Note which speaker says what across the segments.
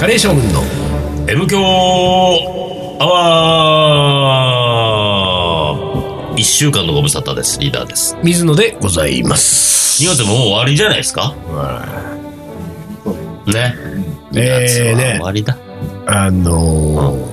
Speaker 1: 平将軍の
Speaker 2: M 強アワー一週間のご無沙汰です。リーダーです。
Speaker 1: 水野でございます。
Speaker 2: 2月ももう終わりじゃないですかね。2月
Speaker 1: えー
Speaker 2: は
Speaker 1: ね
Speaker 2: 終わりだ。
Speaker 1: あのー、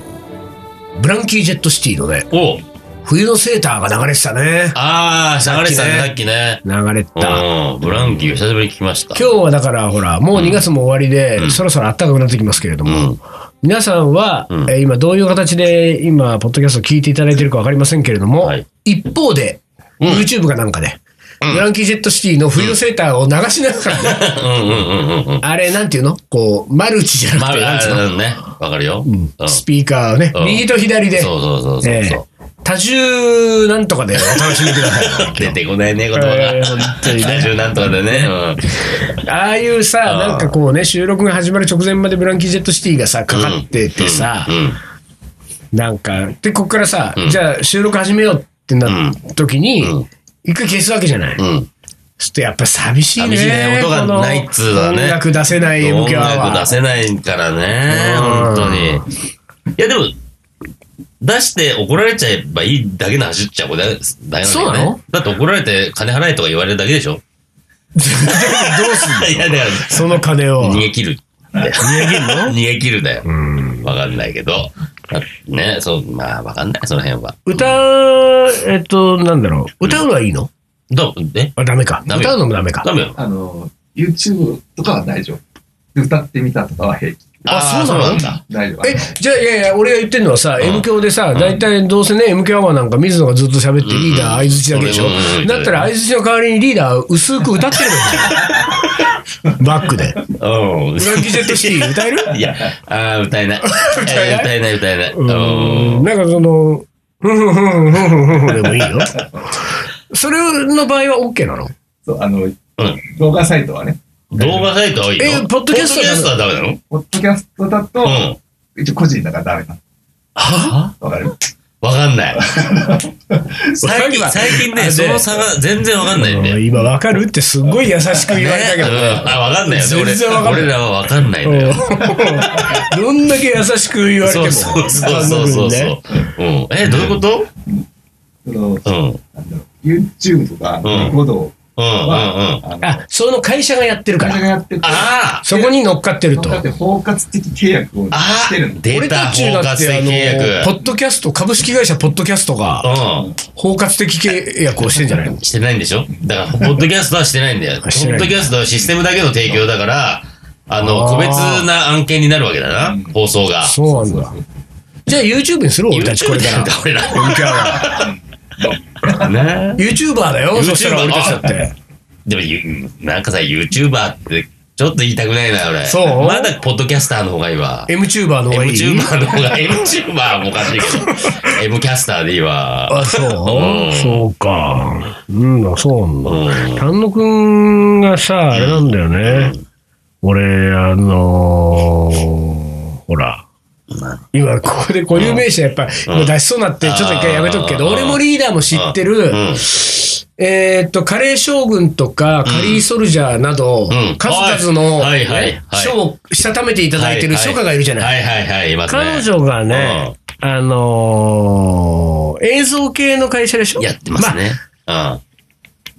Speaker 1: ブランキー・ジェット・シティのね、
Speaker 2: おう
Speaker 1: 冬のセーターが流れてたね。
Speaker 2: あー、流れてたね、さっきね。
Speaker 1: 流れてた。
Speaker 2: うん、ブランキー久しぶりに聞きました。
Speaker 1: 今日はだからほら、もう2月も終わりで、
Speaker 2: ん
Speaker 1: そろそろ暖かくなってきますけれども、
Speaker 2: うん
Speaker 1: 皆さんは、
Speaker 2: うん
Speaker 1: えー今どういう形で今、ポッドキャストを聞いていただいてるかわかりませんけれども、
Speaker 2: はい
Speaker 1: 一方で、
Speaker 2: うん
Speaker 1: YouTube かなんかで、ブランキー・ジェット・シティの冬のセーターを流しながらね、
Speaker 2: うんうんうんうんうん。
Speaker 1: あれ、なんていうのこう、マルチじゃな
Speaker 2: ま
Speaker 1: くて、なん
Speaker 2: あ、
Speaker 1: て
Speaker 2: あ
Speaker 1: いうの
Speaker 2: うんね。わかるよ。うん。そう
Speaker 1: スピーカーをね、
Speaker 2: うん
Speaker 1: 右と左で、
Speaker 2: そうそうそう
Speaker 1: ええ
Speaker 2: そう。
Speaker 1: 多重なんとかでお楽しみくださ い。
Speaker 2: 出てこないね、言葉
Speaker 1: えー
Speaker 2: が。
Speaker 1: 本当 にね
Speaker 2: 大丈夫なんとかでね。 うん。
Speaker 1: ああいうさ、
Speaker 2: うん
Speaker 1: なんかこうね、収録が始まる直前までブランキー・ジェット・シティがさ、かかっててさ
Speaker 2: う、ん。
Speaker 1: なんか、で、こっからさ、
Speaker 2: うん
Speaker 1: じゃあ収録始めようってなった時に
Speaker 2: うん、
Speaker 1: 一回消すわけじゃない。ち
Speaker 2: う
Speaker 1: ょ
Speaker 2: んうん。
Speaker 1: っとやっぱ寂しいね。
Speaker 2: 寂しいね音がないっつうのはね
Speaker 1: この音楽出せない MK
Speaker 2: 音
Speaker 1: は。
Speaker 2: 楽出せないからね、
Speaker 1: うん
Speaker 2: 本当に。いや、でも、出して怒られちゃえばいいだけの走っちゃうだけだけ
Speaker 1: そう
Speaker 2: よ
Speaker 1: な
Speaker 2: ね
Speaker 1: の。
Speaker 2: だって怒られて金払えとか言われるだ けでしょ
Speaker 1: どうすんの
Speaker 2: いや、だか
Speaker 1: その金
Speaker 2: ら、
Speaker 1: を。
Speaker 2: 逃げ切る。逃げ切るの 逃げ切るだよ。わかんないけど。だね、そう、まあ、わかんない、その辺は。
Speaker 1: 歌、えっと、なんだろう。歌うのはいいの
Speaker 2: どう、え
Speaker 1: あ、ダメか。
Speaker 2: ダメ
Speaker 1: 歌うのもダメか。
Speaker 2: ダメよ。
Speaker 3: あの、YouTube とかは大丈夫。歌ってみたとかは平気。
Speaker 1: あ
Speaker 2: ー
Speaker 1: そうなの。
Speaker 3: 大丈夫。
Speaker 1: え、じゃあ、いやいや、俺が言ってるのはさ、
Speaker 2: うん
Speaker 1: M 教でさ、大体どうせね、M 教アワーなんか水野がずっと喋ってリーダー相槌だけでしょ
Speaker 2: うんうんうん。
Speaker 1: だったら相槌の代わりにリーダー薄く歌ってる のバックで。
Speaker 2: うん。
Speaker 1: ブランキージェットシティ歌える
Speaker 2: いや、あー歌えない。
Speaker 1: 歌えない
Speaker 2: 歌えない、歌えない。
Speaker 1: う
Speaker 2: うんん
Speaker 1: なんかその、ふんふんふんふんふんふんふんでもいいよ。それの場合は OK なの
Speaker 3: そう、あの、動画サイトはね、
Speaker 2: 動画サイトはいいの
Speaker 1: えポッドキャストは
Speaker 2: ポッドキャストはダメなの
Speaker 3: ポッドキャストだと、
Speaker 2: うん。
Speaker 3: 一応個人だからダメな
Speaker 2: は
Speaker 3: の。わかる
Speaker 2: わか んない。最
Speaker 1: わ
Speaker 2: 近、
Speaker 1: かんない
Speaker 2: 最近ね、
Speaker 1: あ
Speaker 2: その
Speaker 1: で
Speaker 2: 差が全然わかんないんだよ。ね
Speaker 1: 今わかるってすごい優しく言われたけ
Speaker 2: う
Speaker 1: どね。
Speaker 2: んあ、わかんないよね。俺
Speaker 1: 全然わかんない
Speaker 2: 俺らはわかんないんだよ。
Speaker 1: うんどんだけ優しく言われて
Speaker 2: そ
Speaker 1: も。
Speaker 2: うそうそうそうそうそう。うん。え、どういうこと
Speaker 3: その、
Speaker 2: うん。うん
Speaker 3: なんだろう、YouTube とか、
Speaker 2: うん
Speaker 3: レコード
Speaker 2: うんうん。
Speaker 3: あの、
Speaker 1: あ、その会社がやってるか
Speaker 3: 会社
Speaker 1: ら。
Speaker 3: がやってて、
Speaker 2: あー
Speaker 1: そこに乗っかってると。
Speaker 3: だって包括的契約を
Speaker 2: あ
Speaker 3: してるの。
Speaker 2: 出
Speaker 1: 俺
Speaker 2: た
Speaker 1: たち
Speaker 2: 包
Speaker 1: だ
Speaker 2: 括
Speaker 1: っ
Speaker 2: 的
Speaker 1: てあ
Speaker 2: 契
Speaker 1: の、
Speaker 2: 約。
Speaker 1: ポッドキャスト、株式会社ポッドキャストが
Speaker 2: うん。
Speaker 1: 包括的契約をしてんじゃないの
Speaker 2: してないんでしょだから、ポッドキャストはしてないんだよ。ポ
Speaker 1: してな
Speaker 2: ッ
Speaker 1: い
Speaker 2: ドキャストはシステムだけの提供だから、あの、
Speaker 1: あー
Speaker 2: 個別な案件になるわけだな、放送が。
Speaker 1: そうなんだ。じゃあ YouTube にする俺たちこれから。
Speaker 2: 俺ら。ね
Speaker 1: YouTuber だよ、そしたら俺たちだって。
Speaker 2: でもゆ、なんかさ、YouTuber って、ちょっと言いたくないな、俺。
Speaker 1: そう
Speaker 2: まだ、ポッドキャスターの方がいいわ。
Speaker 1: MTuber の方がいい
Speaker 2: MTuber の方が、MTuber もおかし いけど、M キャスターでいいわ。
Speaker 1: あ、そう
Speaker 2: うん
Speaker 1: そうか。うん、そうなんだ。
Speaker 2: うん。
Speaker 1: 丹野くんがさ、あれなんだよね。俺、あのーほら。今、ここで固有名詞やっぱ、今出しそうになって、ちょっと一回やめとくけど、
Speaker 2: うん
Speaker 1: 俺もリーダーも知って
Speaker 2: う
Speaker 1: る、
Speaker 2: ん。
Speaker 1: えーっと、カレー将軍とか、カリーソルジャーなど
Speaker 2: うん、
Speaker 1: 数々の
Speaker 2: はいはい
Speaker 1: ね
Speaker 2: はい
Speaker 1: 賞をしたためていただいてる
Speaker 2: は
Speaker 1: 初夏がいるじゃない。
Speaker 2: はいはいはい、いますね。
Speaker 1: 彼女がね、あのー映像系の会社でしょ
Speaker 2: やってますね。うん。
Speaker 1: う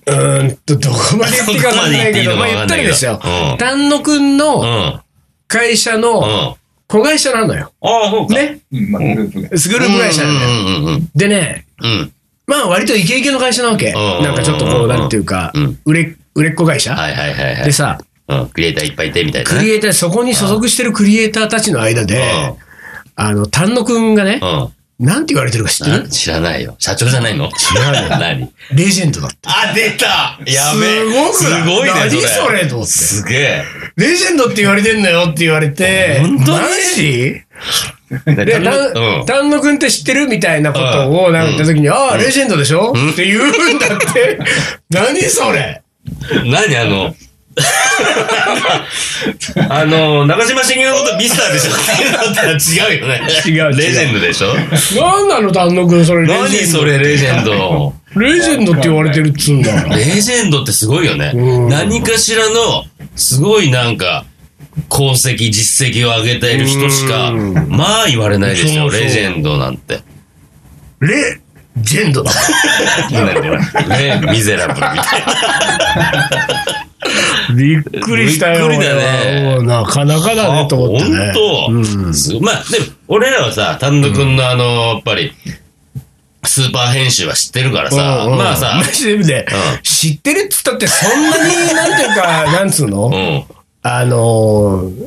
Speaker 1: ーんと、どこまで言っていいか分かんないけど、
Speaker 2: どこ
Speaker 1: まあ
Speaker 2: まで言
Speaker 1: 言
Speaker 2: っ
Speaker 1: ってた
Speaker 2: い
Speaker 1: り
Speaker 2: いの
Speaker 1: で
Speaker 2: か
Speaker 1: す
Speaker 2: 分
Speaker 1: よ
Speaker 2: かんない。けど
Speaker 1: 丹野くん
Speaker 2: うん。う
Speaker 1: の
Speaker 2: ん。
Speaker 1: 会社
Speaker 2: うん。
Speaker 1: の
Speaker 2: あ
Speaker 1: 子会社なのよ。
Speaker 2: あ、そうか。
Speaker 1: ね。
Speaker 3: うん、まあ、グループが。
Speaker 1: スグループ会社なのよ。
Speaker 2: うんうんうん
Speaker 1: でね、
Speaker 2: うん。
Speaker 1: まあ割とイケイケの会社なわけ。
Speaker 2: うん
Speaker 1: なんかちょっとこ
Speaker 2: う
Speaker 1: う、
Speaker 2: ん
Speaker 1: なんていうか
Speaker 2: うん、
Speaker 1: 売れ、売れっ子会社
Speaker 2: はいはいはいはい
Speaker 1: で。さ、
Speaker 2: うん。クリエイターいっぱいいてみたいな
Speaker 1: ク
Speaker 2: ね。
Speaker 1: リエイター、そこに所属してるクリエイターたちの間で、あの、丹野くんがね
Speaker 2: う、ん。
Speaker 1: なんて言われてるか知って
Speaker 2: うんな
Speaker 1: る
Speaker 2: 知らないよ。社長じゃないの知
Speaker 1: らない
Speaker 2: 何
Speaker 1: レジェンドだって。
Speaker 2: あ、出たやべえ。
Speaker 1: すごくない
Speaker 2: すごいね。
Speaker 1: 何それと思って
Speaker 2: すげえ。
Speaker 1: レジェンドって言われてんのよって言われて、
Speaker 2: 本当に
Speaker 1: マジで、
Speaker 2: な
Speaker 1: 丹丹野くんって知ってるみたいなこと
Speaker 2: う
Speaker 1: を
Speaker 2: ん
Speaker 1: なんか言った時に、ああ、レジェンドでしょ、って言うんだ って。何それ
Speaker 2: うん。何あの、 あの、中島茂雄のことミスターでしょって言うんだったら違うよね。
Speaker 1: 違う違う
Speaker 2: レジェンドでしょ
Speaker 1: 何なの丹野くんそれレ
Speaker 2: 何
Speaker 1: ジェンド。
Speaker 2: それレジェンド。
Speaker 1: レジェンドって言われてるっつうんだから。
Speaker 2: レジェンドってすごいよね
Speaker 1: うん。
Speaker 2: 何かしらの、すごいなんか、功績、実績を上げている人しか、
Speaker 1: うん
Speaker 2: まあ言われないです
Speaker 1: そ
Speaker 2: よ、
Speaker 1: うそう
Speaker 2: レジェンドなんて。
Speaker 1: レジェンドだ。
Speaker 2: ね、ミゼラブルみたいな。
Speaker 1: びっくりしたよ。
Speaker 2: びっくりだね
Speaker 1: 俺はもうなかなかだねと思ってね。
Speaker 2: 本当、すごいまあ、でも、俺らはさ、丹野くんのあの、やっぱり、スーパー編集は知ってるからさ、
Speaker 1: うんうん
Speaker 2: まあさ
Speaker 1: マ、ジでね
Speaker 2: うん
Speaker 1: 知ってるっつったって、そんなに、なんていうか、 なんつうの、
Speaker 2: うん。
Speaker 1: あのー、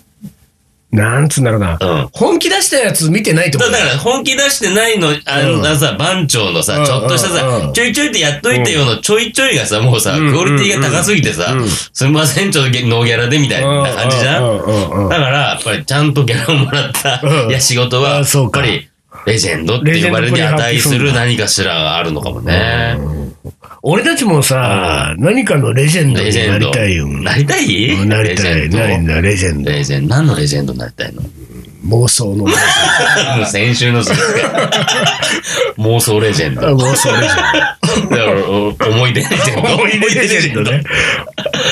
Speaker 1: なんつうんだろうな、
Speaker 2: うん
Speaker 1: 本気出したやつ見てないと思
Speaker 2: だ
Speaker 1: う。
Speaker 2: から本気出してないの、あ
Speaker 1: うん
Speaker 2: のあのさ、番長の
Speaker 1: う
Speaker 2: さ、
Speaker 1: ん
Speaker 2: ちょっとした
Speaker 1: うんう
Speaker 2: さ
Speaker 1: ん、
Speaker 2: ちょいちょいってやっといてよのちょいちょいがさ、もうさ、
Speaker 1: うん
Speaker 2: クオリティが高すぎてさ
Speaker 1: うん、
Speaker 2: すみません、ちょっとノーギャラでみたい
Speaker 1: うん
Speaker 2: な感じじゃ
Speaker 1: うんんうんうんうん
Speaker 2: だから、やっぱりちゃんとギャラをもらった、
Speaker 1: うん
Speaker 2: いや仕事は、
Speaker 1: あ
Speaker 2: や
Speaker 1: そ
Speaker 2: っ
Speaker 1: うか
Speaker 2: ぱり、レジェンドって呼ばれるに値する何かしらがあるのかもね。
Speaker 1: 俺たちもさ、何かのレジェンド
Speaker 2: レ
Speaker 1: に
Speaker 2: ジェ
Speaker 1: な
Speaker 2: ンド。
Speaker 1: りたいよ。
Speaker 2: なりたい
Speaker 1: なりた
Speaker 2: レ
Speaker 1: い。
Speaker 2: ジェンド
Speaker 1: なりたい。レジェンド。
Speaker 2: レジェンド。何のレジェンドになりた いのも
Speaker 1: 妄想の。
Speaker 2: う先週のそれ 妄想レジェンド。
Speaker 1: 妄想レジェンド。
Speaker 2: だから、お思い出レジェンド。
Speaker 1: 思い出レジェンドね。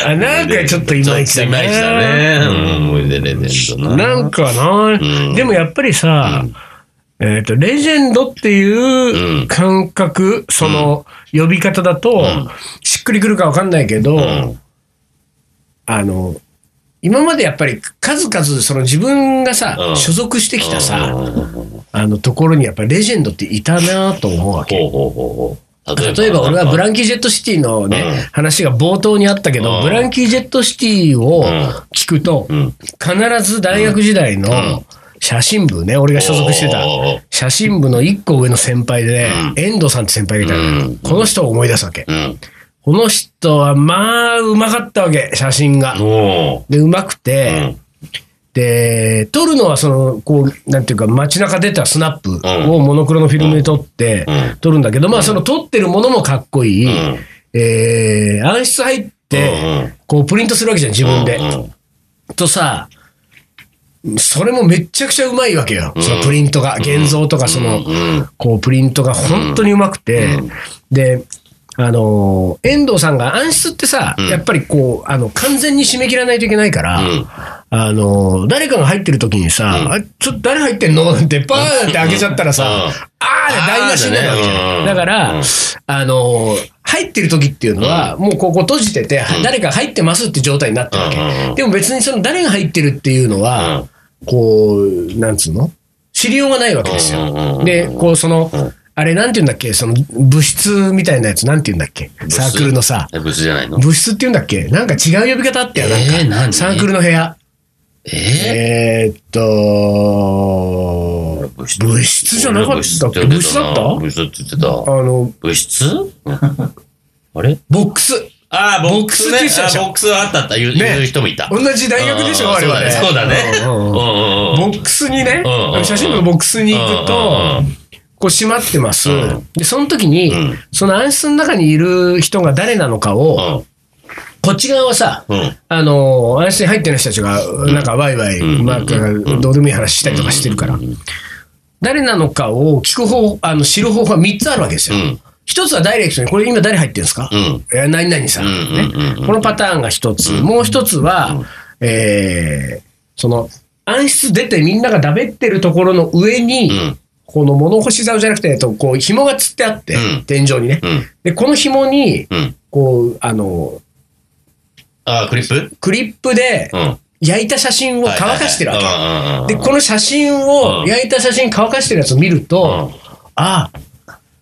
Speaker 1: あ、なんかちょっといまいちだ
Speaker 2: ちょっといまいちだ
Speaker 1: ね。
Speaker 2: ね。うん、思い出レジェンドな。
Speaker 1: なんかな、
Speaker 2: うん
Speaker 1: でもやっぱりさ、えっ、と、レジェンドっていううん感覚、その呼び方だと、しっくりくるかわかんないけど、
Speaker 2: うん
Speaker 1: あの、今までやっぱり数々その自分がさ、
Speaker 2: うん
Speaker 1: 所属してきたさ、
Speaker 2: うんほうほ
Speaker 1: あのところにやっぱりレジェンドっていたなと思うわけ。
Speaker 2: うほうほう。
Speaker 1: 例えば俺はブ
Speaker 2: ン
Speaker 1: ランキー・ジェット・シティのね、
Speaker 2: うん
Speaker 1: 話が冒頭にあったけど、
Speaker 2: うん
Speaker 1: ブランキー・ジェット・シティを聞くと、
Speaker 2: うん
Speaker 1: 必ず大学時代
Speaker 2: うん
Speaker 1: の写真部ね、俺が所属してた
Speaker 2: おー
Speaker 1: 写真部の1個上の先輩で、遠藤さんって先輩がいたのよ
Speaker 2: うん
Speaker 1: この人を思い出すわけ。
Speaker 2: うん。
Speaker 1: この人はまあ、うまかったわけ、写真が。
Speaker 2: おー
Speaker 1: で、うまく
Speaker 2: う
Speaker 1: て、
Speaker 2: ん。
Speaker 1: で、撮るのはその、こう、なんていうか、街中出たスナップをモノクロのフィルムで撮って
Speaker 2: うん、
Speaker 1: 撮るんだけど、まあ、その撮ってるものもかっこいい。
Speaker 2: うん
Speaker 1: えー暗室入って、
Speaker 2: うんうん
Speaker 1: こう、プリントするわけじゃん、自分で。
Speaker 2: うんうん
Speaker 1: とさ、それもめっちゃくちゃうまいわけよ。そのプリントが、現像とか、その、
Speaker 2: うん
Speaker 1: こう、プリントが本当にうまくて、で、あのー遠藤さんが暗室ってさ、
Speaker 2: ん
Speaker 1: やっぱりこう、あの、完全に締め切らないといけないから、
Speaker 2: うん
Speaker 1: あのー誰かが入ってる時にさ、
Speaker 2: うん
Speaker 1: あ、ちょっと誰入ってんの なんて、パーって開けちゃったらさ、
Speaker 2: うんうん
Speaker 1: あーで台無しになるわけじゃん
Speaker 2: うん
Speaker 1: だから、
Speaker 2: うん
Speaker 1: あのー入ってる時っていうのは、もうここ閉じてて、誰か入ってますって状態になってるわけ。
Speaker 2: うんうん
Speaker 1: でも別にその誰が入ってるっていうのは、こう、なんつうの知りようがないわけですよ。
Speaker 2: うんうんうんうん
Speaker 1: で、こう、その、あれ、なんて言うんだっけその、物質みたいなやつ、なんて言うんだっけ
Speaker 2: 部室
Speaker 1: サークルのさ、
Speaker 2: え、ブスじゃないの
Speaker 1: 物質って言うんだっけなんか違う呼び方あったよ、なんか。
Speaker 2: えー何
Speaker 1: サークルの部屋。えー
Speaker 2: え
Speaker 1: っと、
Speaker 2: 物
Speaker 1: 物質じゃなかったっけ
Speaker 2: 俺
Speaker 1: 物質だった
Speaker 2: 物質って言ってた。
Speaker 1: あの、
Speaker 2: 物質うんあれ
Speaker 1: ボックス。
Speaker 2: ああ、ボックスね。
Speaker 1: ボックス喫茶
Speaker 2: あボックスはあったあった。言う,、
Speaker 1: ね
Speaker 2: 言う人もいた。
Speaker 1: 同じ大学でしょ、
Speaker 2: うん
Speaker 1: あれはね。
Speaker 2: そうだね。そうだね
Speaker 1: うんうんうん
Speaker 2: うんうんうん
Speaker 1: ボックスにね、
Speaker 2: うんうんうん
Speaker 1: あの写真部のボックスに行くと
Speaker 2: うんう、
Speaker 1: こう閉まってます
Speaker 2: うん。
Speaker 1: で、その時に
Speaker 2: うん、
Speaker 1: その暗室の中にいる人が誰なのかを、こっち側はさ、
Speaker 2: うん。うん。
Speaker 1: あの、暗室に入ってる人たちが、なんかワイワイ、
Speaker 2: ん
Speaker 1: まあ、どうでもいい話したりとかしてるから、誰なのかを聞く方、あの、知る方法は3つあるわけですよ
Speaker 2: うん。
Speaker 1: 一つはダイレクトに、これ今誰入ってるんですか
Speaker 2: うん。
Speaker 1: えー何々さん、
Speaker 2: うん
Speaker 1: ね
Speaker 2: うんうんうん
Speaker 1: このパターンが一つ、もう一つは、えーその暗室出てみんながだべってるところの上に、
Speaker 2: うん
Speaker 1: この物干し竿じゃなくて、えっと、こう紐がつってあって、
Speaker 2: うん
Speaker 1: 天井にね、
Speaker 2: うん。
Speaker 1: でこの紐に
Speaker 2: うん。
Speaker 1: こうあの
Speaker 2: ああ、クリップ
Speaker 1: クリップで
Speaker 2: うん。
Speaker 1: 焼いた写真を乾かしてるわけ、
Speaker 2: わ
Speaker 1: でこの写真を、
Speaker 2: うん
Speaker 1: 焼いた写真乾かしてるやつを見ると、
Speaker 2: う
Speaker 1: あ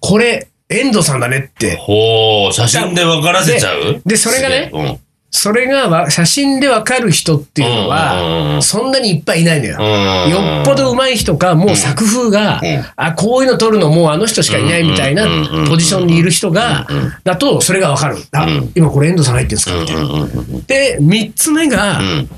Speaker 1: これ遠藤さんだねって
Speaker 2: ほう、写真で分からせちゃう
Speaker 1: ででそれがね
Speaker 2: すげえうん。
Speaker 1: それがわ写真でわかる人っていうの
Speaker 2: うんうんうんう
Speaker 1: は、
Speaker 2: ん
Speaker 1: そんなにいっぱいいないのよ。
Speaker 2: うん
Speaker 1: よっぽど上手い人か、もう作風が
Speaker 2: うん、
Speaker 1: あ、こういうの撮るのもうあの人しかいないみたいな
Speaker 2: うんうんうんうん
Speaker 1: ポジションにいる人が、だとそれがわかる。あ
Speaker 2: うん、
Speaker 1: 今これ遠藤さん入ってるんですかみたい
Speaker 2: うんうんうん
Speaker 1: な。で、三つ目が
Speaker 2: う、ん。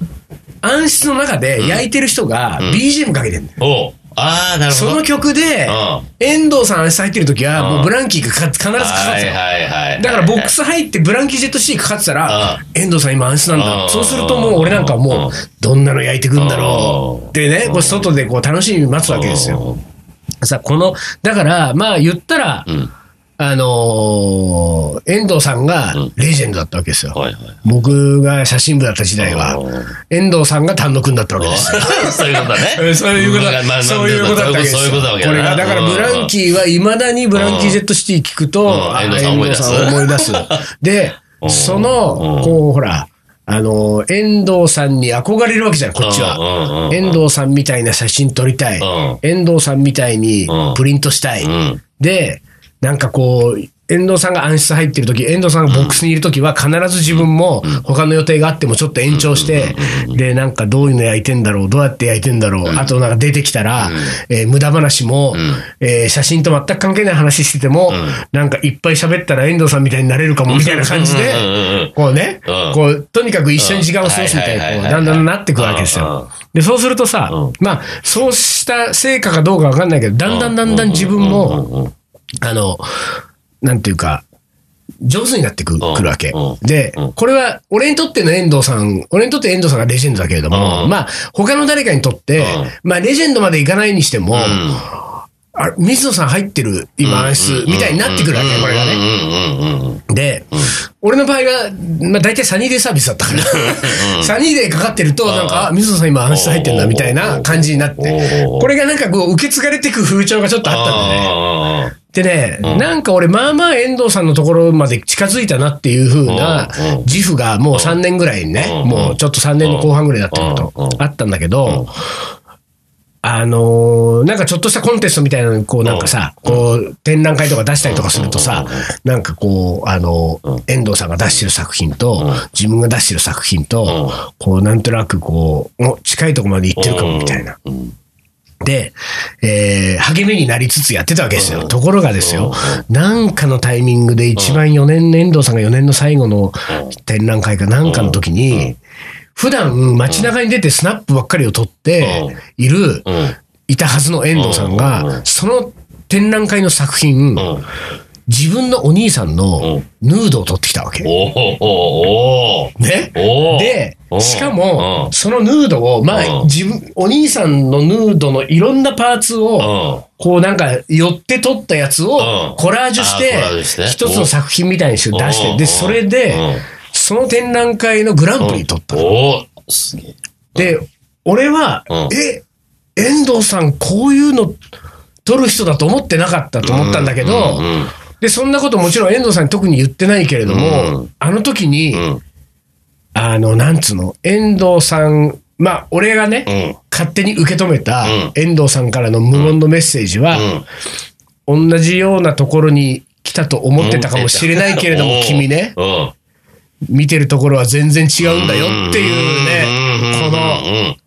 Speaker 1: 暗室の中で焼いてる人が BGM かけてるんだよ。
Speaker 2: おうああ、なるほ
Speaker 1: そ
Speaker 2: ど。
Speaker 1: の曲で
Speaker 2: うん、
Speaker 1: 遠藤さん暗室入ってる時は、
Speaker 2: うん
Speaker 1: もうブランキーがか必ずかかっ
Speaker 2: は
Speaker 1: て
Speaker 2: い
Speaker 1: たの。
Speaker 2: はいはい。
Speaker 1: だからボックス入ってブランキージェット C かかってたら
Speaker 2: う、
Speaker 1: 遠藤さん今暗室なんだ。
Speaker 2: うん
Speaker 1: そうするともう俺なんかはも
Speaker 2: う
Speaker 1: う、どんなの焼いてくんだろ
Speaker 2: う
Speaker 1: うんでね、こう外でこう楽しみに待つわけですよ。さ、この、だから、まあ言ったら
Speaker 2: う、ん。
Speaker 1: あのー遠藤さんが
Speaker 2: うん
Speaker 1: レジェンドだったわけですよ。
Speaker 2: はい はい。
Speaker 1: 僕が写真部だった時代は
Speaker 2: おー、
Speaker 1: 遠藤さんが単独になったわけですよ。
Speaker 2: そういうことだ ね。
Speaker 1: そういうこと
Speaker 2: まあまあ
Speaker 1: だ。そういうことだったわけですよ
Speaker 2: そういうことだわけ
Speaker 1: こ
Speaker 2: だ
Speaker 1: れ
Speaker 2: な
Speaker 1: が、だから
Speaker 2: うん
Speaker 1: ブランキーはいまだにブランキー・ジェット・シティ聞くと、
Speaker 2: うん
Speaker 1: あ
Speaker 2: 遠藤さん
Speaker 1: を思
Speaker 2: 思
Speaker 1: い出す。で
Speaker 2: う、ん
Speaker 1: その
Speaker 2: う、ん
Speaker 1: こう、ほら、あの、遠藤さんに憧れるわけじゃん、こっちは。
Speaker 2: は
Speaker 1: 遠藤さんみたいな写真撮りたい
Speaker 2: うん。
Speaker 1: 遠藤さんみたいに
Speaker 2: うん
Speaker 1: プリントしたい。
Speaker 2: うん。
Speaker 1: で、なんかこう、遠藤さんが暗室入ってる時遠藤さんがボックスにいる時は、必ず自分も他の予定があってもちょっと延長して、で、なんかどういうの焼いてんだろう、どうやって焼いてんだろう、あとなんか出てきたら、えー無駄話も、えー写真と全く関係ない話してても、なんかいっぱい喋ったら遠藤さんみたいになれるかもみたいな感じで
Speaker 2: うんうんうんうん、
Speaker 1: こうね
Speaker 2: う、ん
Speaker 1: こう、とにかく一緒に時間を過ごすみたいな、こ
Speaker 2: うん
Speaker 1: うだ
Speaker 2: はいはいはいはい
Speaker 1: んだんなってくわけですよ。で、そうするとさ、
Speaker 2: うん
Speaker 1: まあ、そうした成果かどうかわかんないけど、だんだんだんだん自分も、
Speaker 2: も、
Speaker 1: あの、なんていうか、上手になってく,、
Speaker 2: ん
Speaker 1: くるわけ
Speaker 2: う。ん
Speaker 1: で
Speaker 2: うん、
Speaker 1: これは、俺にとっての遠藤さん、俺にとって遠藤さんがレジェンドだけれども、
Speaker 2: うん
Speaker 1: まあ、他の誰かにとって、まあ、レジェンドまでいかないにしても、
Speaker 2: うん
Speaker 1: あ水野さん入ってる、今、暗室、みたいになってくるわけ、これがね。
Speaker 2: うんうんうんうん。
Speaker 1: で、俺の場合は、まあ、大体サニーデイサービスだったから、サニーデイかかってると、なんか、あ水野さん今暗室入ってんだみたいな感じになっ
Speaker 2: お
Speaker 1: て、
Speaker 2: うおうおう
Speaker 1: これがなんかこう、受け継がれてく風潮がちょっとあったんだね。
Speaker 2: あ
Speaker 1: でね、
Speaker 2: うん
Speaker 1: なんか俺、まあまあ遠藤さんのところまで近づいたなっていう風な
Speaker 2: うんうん
Speaker 1: 自負がもう3年ぐらいにね、
Speaker 2: うん
Speaker 1: もうちょっと3年の後半ぐらいだったけど
Speaker 2: うんうん、
Speaker 1: あったんだけど、あのーなんかちょっとしたコンテストみたいなのにこうなんかさ、こう展覧会とか出したりとかするとさ、なんかこう、あのー
Speaker 2: うん
Speaker 1: 遠藤さんが出してる作品と、
Speaker 2: うん
Speaker 1: 自分が出してる作品と、
Speaker 2: あ。
Speaker 1: こうなんとなくこう、お近いとこまで行ってるかもみたいな。
Speaker 2: うん。
Speaker 1: で、えー励みになりつつやってたわけですよ。ところがですよ、なんかのタイミングで一番4年、遠藤さんが4年の最後の展覧会かなんかの時に、普段街中に出てスナップばっかりを撮っている、
Speaker 2: うん。
Speaker 1: いたはずの遠藤さん
Speaker 2: うんう
Speaker 1: が、
Speaker 2: ん
Speaker 1: その展覧会の作品、
Speaker 2: うん。
Speaker 1: 自分のお兄さん
Speaker 2: う
Speaker 1: の
Speaker 2: ん
Speaker 1: ヌードを撮ってきたわけ。
Speaker 2: おおお
Speaker 1: ね
Speaker 2: おお
Speaker 1: で、しかも、
Speaker 2: う
Speaker 1: そのヌードを、まあ、
Speaker 2: うん
Speaker 1: 自分、お兄さんのヌードのいろんなパーツを、
Speaker 2: ん。
Speaker 1: こうなんか寄って撮ったやつ
Speaker 2: う
Speaker 1: を
Speaker 2: ん
Speaker 1: コラージュし
Speaker 2: あーコラージュしてて
Speaker 1: 一つの作品みたいにして出し
Speaker 2: う
Speaker 1: て
Speaker 2: ん
Speaker 1: でそれで
Speaker 2: うん
Speaker 1: その展覧会のグランプリ取ったの
Speaker 2: おおすげえ。
Speaker 1: で俺は
Speaker 2: うん
Speaker 1: え遠藤さんこういうの撮る人だと思ってなかったと思ったんだけど
Speaker 2: うんうん
Speaker 1: でそんなこともちろん遠藤さんに特に言ってないけれど
Speaker 2: う
Speaker 1: も
Speaker 2: ん
Speaker 1: あの時に
Speaker 2: うん。うん
Speaker 1: あのなんつうの遠藤さんまあ俺がね
Speaker 2: うん。
Speaker 1: 勝手に受け止めた
Speaker 2: うん
Speaker 1: 遠藤さんからの無言のメッセージは、
Speaker 2: うん
Speaker 1: 同じようなところに来たと思ってたかもしれないけれども、君ね、
Speaker 2: うん。うん
Speaker 1: 見てるところは全然違うんだよっていうね、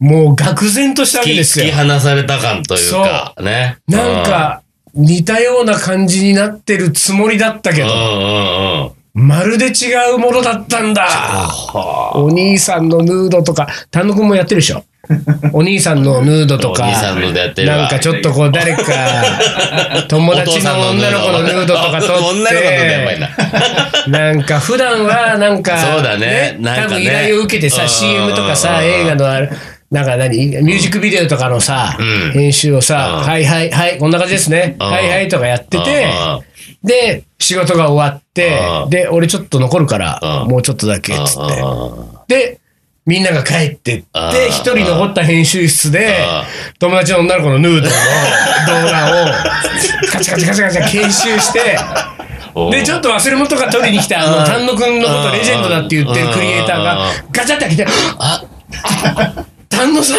Speaker 1: この、
Speaker 2: の、
Speaker 1: もう愕然としたわ
Speaker 2: 突
Speaker 1: け
Speaker 2: き
Speaker 1: です
Speaker 2: 突き
Speaker 1: よ。
Speaker 2: 放された感というか、ね。
Speaker 1: なんか、似たような感じになってるつもりだったけ
Speaker 2: うん、うん
Speaker 1: ど、
Speaker 2: うんうん。
Speaker 1: まるで違うものだったんだ。お兄さんのヌードとか、丹野くんもやってるでしょ。お兄さんのヌードとか
Speaker 2: お兄さんのでやっ、てるわ
Speaker 1: なんかちょっとこう誰か、友
Speaker 2: お父
Speaker 1: 達
Speaker 2: さん
Speaker 1: の
Speaker 2: の
Speaker 1: 女の子のヌードとか撮って。
Speaker 2: 女の子のヌードやばいな。
Speaker 1: なんか普段はなんか、
Speaker 2: そうだねなん
Speaker 1: 多
Speaker 2: かね
Speaker 1: 分依頼を受けて
Speaker 2: う
Speaker 1: さ、
Speaker 2: ん
Speaker 1: CM とかさ、
Speaker 2: うん
Speaker 1: 映画のある、なんか何ミュージックビデオとかのさ、
Speaker 2: うん
Speaker 1: 編集をさ、
Speaker 2: うん
Speaker 1: はいはいはい、こんな感じですね、
Speaker 2: うん
Speaker 1: はいはいとかやってて、で、仕事が終わって
Speaker 2: う、ん
Speaker 1: で、俺ちょっと残るから、
Speaker 2: うん
Speaker 1: もうちょっとだけ、つって。で、みんなが帰ってっ
Speaker 2: あ
Speaker 1: て、
Speaker 2: ー
Speaker 1: 一人残った編集室で
Speaker 2: あ、
Speaker 1: 友達の女の子のヌー ドルの動画を、カチャカチャカチャカチャ研修して、で、ちょっと忘れ物とか取りに来た、あ
Speaker 2: う
Speaker 1: の、
Speaker 2: ん
Speaker 1: 丹野くんのことレジェンドだって言ってるクリエイターが
Speaker 2: う、
Speaker 1: ガチャって開けて、
Speaker 2: あ
Speaker 1: 丹野さん、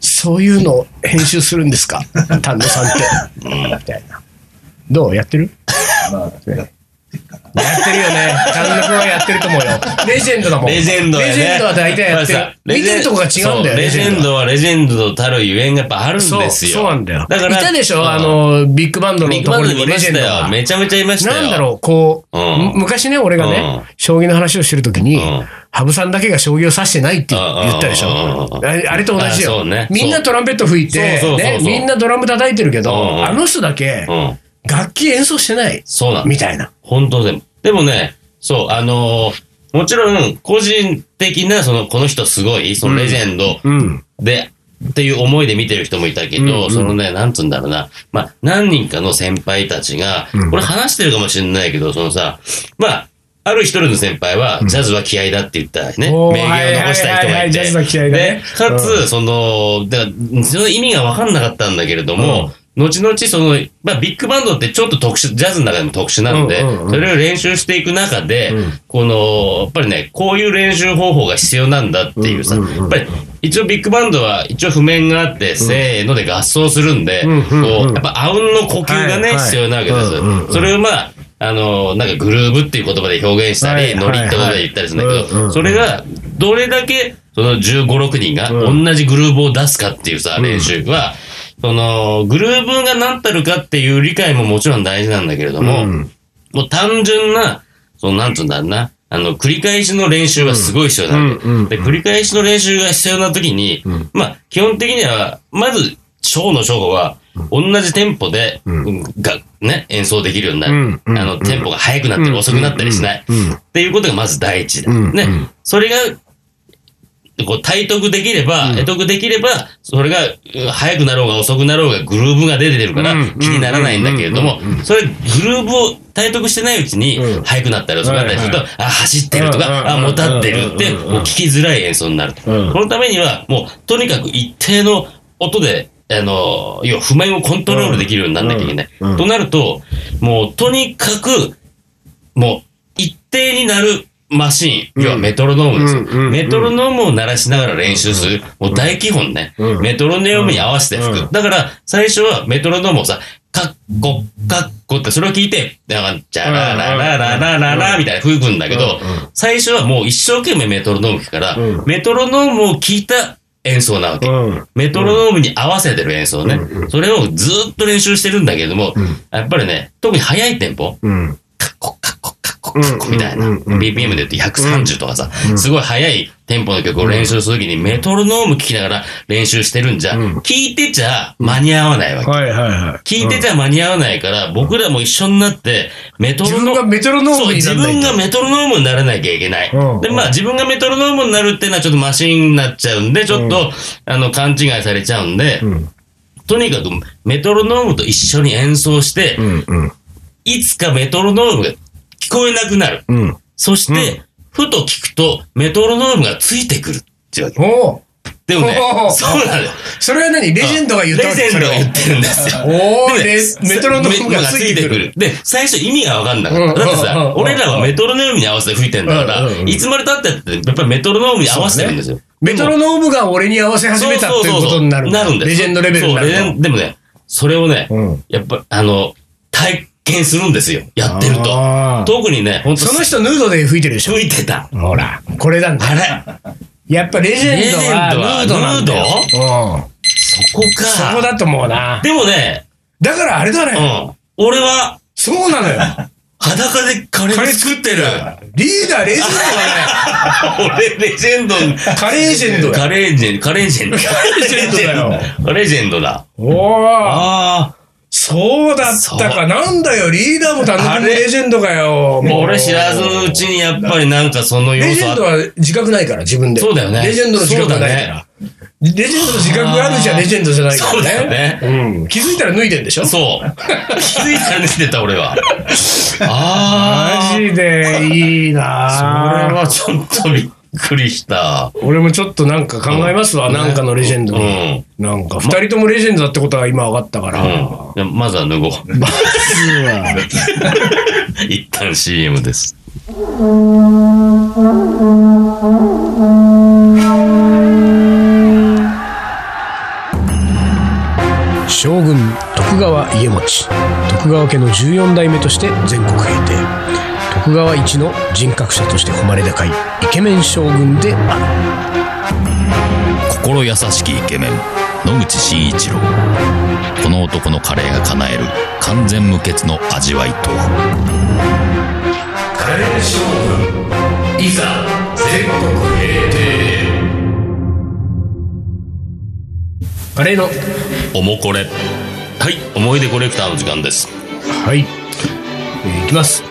Speaker 1: そういうの編集するんですか丹野さんって。みたいな。どうやってる
Speaker 3: まあ、やってっから。
Speaker 1: やってるよね。丹野くんはやってると思うよ。レジェンドだもん。
Speaker 2: レジェンドやね
Speaker 1: レジェンドは大体やって
Speaker 2: まあさ
Speaker 1: る。見てるとこが違うんだよ、
Speaker 2: レジェンドはレジェンドたるゆえんがやっぱあるん
Speaker 1: そう、
Speaker 2: ですよ。
Speaker 1: そうなんだよ。
Speaker 2: だから、
Speaker 1: いたでし
Speaker 2: うん
Speaker 1: ょあ、の、ビッグバンドの
Speaker 2: ビッ
Speaker 1: と
Speaker 2: グ
Speaker 1: ころ
Speaker 2: バン
Speaker 1: に
Speaker 2: ドにい
Speaker 1: レ
Speaker 2: ま
Speaker 1: ジェ
Speaker 2: し
Speaker 1: ンド
Speaker 2: た
Speaker 1: が
Speaker 2: よ。。めちゃめちゃいましたよ。
Speaker 1: なんだろう、こう、
Speaker 2: うん
Speaker 1: む昔ね、俺がね、
Speaker 2: う
Speaker 1: 将棋の話をしてるときに
Speaker 2: うん、
Speaker 1: 羽生さんだけが将棋を指してないって言
Speaker 2: うん
Speaker 1: 言ったでしょ。
Speaker 2: うん
Speaker 1: あれあれと同じ
Speaker 2: あそ
Speaker 1: よ
Speaker 2: うね。
Speaker 1: みんなトランペット吹いて
Speaker 2: そう、そうそう
Speaker 1: ね
Speaker 2: そう
Speaker 1: みんなドラム叩いてるけ
Speaker 2: うんう
Speaker 1: ど、
Speaker 2: ん
Speaker 1: あの人だけ
Speaker 2: うん。
Speaker 1: 楽器演奏してない、
Speaker 2: そうなんだ
Speaker 1: みたいな。
Speaker 2: 本当でも。でもね、そう、あのーもちろん、個人的な、その、この人すごい、そのレジェンド
Speaker 1: うん。
Speaker 2: でっていう思いで見てる人もいたけど、そのね、なんつうんだろうな、まあ、何人かの先輩たちが、これ話してるかもしれないけど、そのさ、まあ、ある一人の先輩は、ジャズは気合だって言ったね、名言を
Speaker 1: おー
Speaker 2: 残した人
Speaker 1: はいはいはい
Speaker 2: が
Speaker 1: はいいジャズは気合
Speaker 2: て、
Speaker 1: だね
Speaker 2: で、かつ、その、だからその意味が分かんなかったんだけれども、後々、その、まあ、ビッグバンドってちょっと特殊、ジャズの中でも特殊なんで、
Speaker 1: うんうんうん
Speaker 2: それを練習していく中で、
Speaker 1: うん
Speaker 2: この、やっぱりね、こういう練習方法が必要なんだっていうさ、
Speaker 1: うんうんうん
Speaker 2: やっぱり、一応ビッグバンドは一応譜面があって、せーので合奏するんで、
Speaker 1: うんうんうん
Speaker 2: こう、やっぱあうんの呼吸がね、
Speaker 1: はいはい
Speaker 2: 必要なわけです、
Speaker 1: うんうんうん
Speaker 2: それをまあ、あの、なんかグルーブっていう言葉で表現したり、
Speaker 1: はい
Speaker 2: ノリって言葉で言ったりするんだけど、
Speaker 1: はいはいうんうん
Speaker 2: それが、どれだけ、その15、6人が
Speaker 1: うん
Speaker 2: 同じグルーブを出すかっていうさ、練習は、その、グルーブが何たるかっていう理解ももちろん大事なんだけれども、
Speaker 1: うん
Speaker 2: もう単純な、その、なんつうんだろうな、あの、繰り返しの練習はすごい必要なんだよ、
Speaker 1: うんうんうん
Speaker 2: で、繰り返しの練習が必要な時に、
Speaker 1: ん
Speaker 2: まあ、基本的には、まず、ショーのショーは、同じテンポで、
Speaker 1: ん
Speaker 2: が、ね、演奏できるようにな
Speaker 1: う
Speaker 2: る
Speaker 1: ん。うん
Speaker 2: あの、テンポが速くなったり遅くなったりしない。
Speaker 1: うんうん
Speaker 2: っていうことがまず第一だ。
Speaker 1: うん
Speaker 2: ね
Speaker 1: うん。
Speaker 2: それが、こう、体得できれば、得得できれば、それが、うん速くなろうが遅くなろうが、グルーブが出てるから
Speaker 1: うん、
Speaker 2: 気にならないんだけれども
Speaker 1: うんうんうん、
Speaker 2: それ、グルーブを体得してないうちに
Speaker 1: う、ん
Speaker 2: 速くなったり遅くなったりすると
Speaker 1: は、
Speaker 2: あ、走ってると
Speaker 1: うんうん
Speaker 2: か、あ、
Speaker 1: うん
Speaker 2: もたってるって、
Speaker 1: うんうん
Speaker 2: もう聞きづらい演奏になると。こ
Speaker 1: うん
Speaker 2: のためには、もう、とにかく一定の音で、あの、要は譜面をコントロールできるようにならなきゃいけない。
Speaker 1: うんうん
Speaker 2: となると、もう、とにかく、もう、一定になるマシーン、要はメトロノームですよ。
Speaker 1: うんうんうん
Speaker 2: メトロノームを鳴らしながら練習する、もう大基本ね。
Speaker 1: うん
Speaker 2: メトロノームに合わせて吹く。
Speaker 1: うん
Speaker 2: だから、最初はメトロノームをさ、カッコ、カッコってそれを聞いて、なんか、チャラララララララみたいな吹くんだけど
Speaker 1: うんうん、
Speaker 2: 最初はもう一生懸命メトロノーム聞くから
Speaker 1: う、ん
Speaker 2: メトロノームを聞いた演奏なわけ。
Speaker 1: うん
Speaker 2: メトロノームに合わせてる演奏ね。それをずっと練習してるんだけれども、やっぱりね、特に速いテンポ、
Speaker 1: うん
Speaker 2: カッコカッコカッコカッコみたいな、
Speaker 1: うんうんうんうん
Speaker 2: BPM で言うと130とかさ、すごい速いテンポの曲を練習するときにメトロノーム聴きながら練習してるんじゃ、
Speaker 1: うん
Speaker 2: 聞いてちゃ間に合わないわけ。
Speaker 1: はいはいはい。
Speaker 2: 聞いてちゃ間に合わないから、僕らも一緒になって、メト
Speaker 1: 自
Speaker 2: ロ
Speaker 1: 分
Speaker 2: ノー
Speaker 1: が
Speaker 2: ム、
Speaker 1: メトロノー
Speaker 2: そう、
Speaker 1: ムにな
Speaker 2: 自
Speaker 1: らない
Speaker 2: 分
Speaker 1: と
Speaker 2: がメトロノームにならなきゃいけない。
Speaker 1: うん
Speaker 2: で、まあ自分がメトロノームになるってのはちょっとマシンになっちゃうんで、ちょっと、あの、勘違いされちゃうんで、
Speaker 1: ん
Speaker 2: とにかくメトロノームと一緒に演奏して、
Speaker 1: うんうん
Speaker 2: いつかメトロノームが聞こえなくなる。
Speaker 1: うん。
Speaker 2: そして、ふと聞くと、メトロノームがついてくるっていうわけ。
Speaker 1: おお
Speaker 2: でもね
Speaker 1: お、ー
Speaker 2: そうなのよ。
Speaker 1: それは何レジェンドが言ったわ
Speaker 2: レ
Speaker 1: け
Speaker 2: ジェンドが言っ
Speaker 1: そ
Speaker 2: てるんですよ。
Speaker 1: れをおお
Speaker 2: でね
Speaker 1: レメトロノームが
Speaker 2: メ
Speaker 1: ついてくる。。
Speaker 2: で、最初意味がわかんなかった。
Speaker 1: うん
Speaker 2: だって
Speaker 1: うんうん
Speaker 2: さ
Speaker 1: う、ん
Speaker 2: 俺らはメトロノームに合わせて吹いてんだから
Speaker 1: うんうんう、ん
Speaker 2: いつまで経ってって、やっぱりメトロノームに合わせてるんですよ。
Speaker 1: メトロノームが俺に合わせ始めた
Speaker 2: そう
Speaker 1: とい
Speaker 2: そうう
Speaker 1: こ
Speaker 2: そうそ
Speaker 1: と
Speaker 2: う
Speaker 1: になるんだ
Speaker 2: なるんだよ
Speaker 1: レジェンドレベルにな
Speaker 2: そうレジ
Speaker 1: る
Speaker 2: ェンでもね、それをね
Speaker 1: うん、
Speaker 2: やっぱ、あの、体験するんですよ。やってると。
Speaker 1: あー
Speaker 2: 特にね、本当
Speaker 1: その人ヌードで吹いてるでしょ
Speaker 2: 吹いてた。
Speaker 1: ほらこれなんだ
Speaker 2: あれ
Speaker 1: やっぱレジェンドは
Speaker 2: レ
Speaker 1: ヌード
Speaker 2: ジェンドは
Speaker 1: なんだよ
Speaker 2: ヌー
Speaker 1: うん
Speaker 2: そこか。
Speaker 1: そこだと思うな
Speaker 2: でもね、
Speaker 1: だからあれだ
Speaker 2: う
Speaker 1: ね
Speaker 2: ん。俺は
Speaker 1: そうなのよ
Speaker 2: 裸でカレー作って る。
Speaker 1: リーダーレジェンドだね
Speaker 2: 俺、レジェンド。
Speaker 1: カレージェンドだ
Speaker 2: カレージェンド、カレージェンド。カレージェンド
Speaker 1: だよ。
Speaker 2: カレージェンドだ。
Speaker 1: おお
Speaker 2: あ
Speaker 1: そうだったかなんだよリーダーも単独のレジェンドかよ
Speaker 2: あ。もう俺
Speaker 1: もう
Speaker 2: 知らずのうちにやっぱりなんかその要
Speaker 1: レジ
Speaker 2: 素
Speaker 1: ェ
Speaker 2: あ
Speaker 1: ン
Speaker 2: っ
Speaker 1: ドは自覚ないから、自分で。
Speaker 2: そうだよね
Speaker 1: レジェンドの自覚がないから。レジェンドの自覚があるじゃレジェンドじゃないからね。
Speaker 2: そうだよね。
Speaker 1: うん。気づいたら脱いでんでしょ
Speaker 2: そう。気づいたら寝てた俺は。ああ。
Speaker 1: マジでいいなぁ
Speaker 2: 俺はちょっとびっくりした。
Speaker 1: 俺もちょっとなんか考えますわ、
Speaker 2: うん
Speaker 1: なんかのレジェンド
Speaker 2: う
Speaker 1: に。
Speaker 2: ん。
Speaker 1: なんか、二人ともレジェンドだってことは今分かったから。
Speaker 2: うんで。まずは脱ごう。
Speaker 1: まずは
Speaker 2: 一旦 CM です。
Speaker 1: 将軍徳川家持徳川家の14代目として全国平定徳川一の人格者として誉れ高いイケメン将軍である
Speaker 4: 心優しきイケメン野口真一郎この男のカレーが叶える完全無欠の味わいとは
Speaker 1: カレーの
Speaker 2: おもこれ。はい、思い出コレクターの時間です。
Speaker 1: はい、えーいきます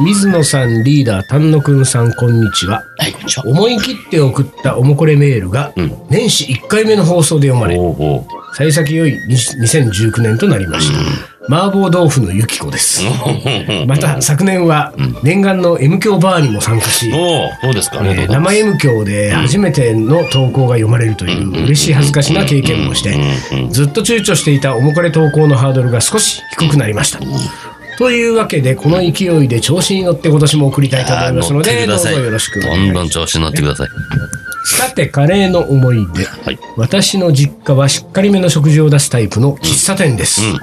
Speaker 1: 水野さんリーダー丹野くんさんこんにちは
Speaker 2: はい、こんにちは。
Speaker 1: 思い切って送ったおもこれメールが
Speaker 2: うん
Speaker 1: 年始1回目の放送で読まれ
Speaker 2: おうおう
Speaker 1: 幸先良い2019年となりました麻婆豆腐のゆきこですまた昨年は念願の M 響バーにも参加し
Speaker 2: おうそうですか。ありがと
Speaker 1: えー
Speaker 2: うございま
Speaker 1: 生 M 響で初めての投稿が読まれるという嬉しい恥ずかしな経験をしてずっと躊躇していたおもこれ投稿のハードルが少し低くなりました。というわけでこの勢いで調子に乗って今年も送りたいと
Speaker 2: す。
Speaker 1: 思いますの
Speaker 2: あー乗って
Speaker 1: で
Speaker 2: く
Speaker 1: どう
Speaker 2: だ
Speaker 1: ぞ
Speaker 2: さい
Speaker 1: よろしくお
Speaker 2: ど
Speaker 1: 願いし
Speaker 2: ん
Speaker 1: ま
Speaker 2: どん
Speaker 1: す。
Speaker 2: 調子に乗ってください。は
Speaker 1: さてカレーの思い出
Speaker 2: い。
Speaker 1: 私の実家はしっかりめの食事を出すタイプの喫茶店です。
Speaker 2: うん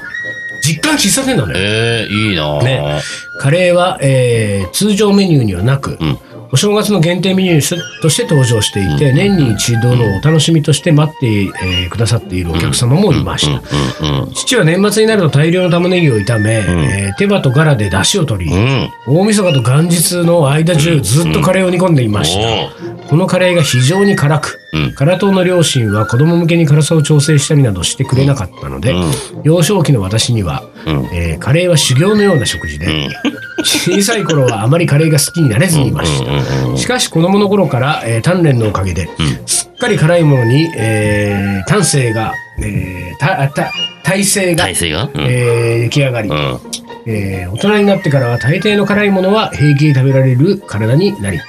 Speaker 1: 実家は喫茶店なのよ。
Speaker 2: ええ、いいな
Speaker 1: ね
Speaker 2: ぁ。
Speaker 1: カレーは、えー通常メニューにはなく、
Speaker 2: うん
Speaker 1: お正月の限定メニューとして登場していて、年に一度のお楽しみとして待って、えーくださっているお客様もいました。
Speaker 2: うんうん。
Speaker 1: 父は年末になると大量の玉ねぎを炒め、えー手羽とガラで出汁を取り、
Speaker 2: うん。
Speaker 1: 大晦日と元日の間中ずっとカレーを煮込んでいました。
Speaker 2: おう
Speaker 1: このカレーが非常に辛く、
Speaker 2: うん
Speaker 1: 辛党の両親は子供向けに辛さを調整したりなどしてくれなかったので、幼少期の私には、
Speaker 2: うん
Speaker 1: えーカレーは修行のような食事で、小さい頃はあまりカレーが好きになれずにいました。しかし子供の頃から、えー鍛錬のおかげで、すっかり辛いものに、えー、丹精が、えーたた体勢が、
Speaker 2: 体勢がうん
Speaker 1: えー出来上がり、
Speaker 2: うん。
Speaker 1: えー大人になってからは大抵の辛いものは平気で食べられる体になり、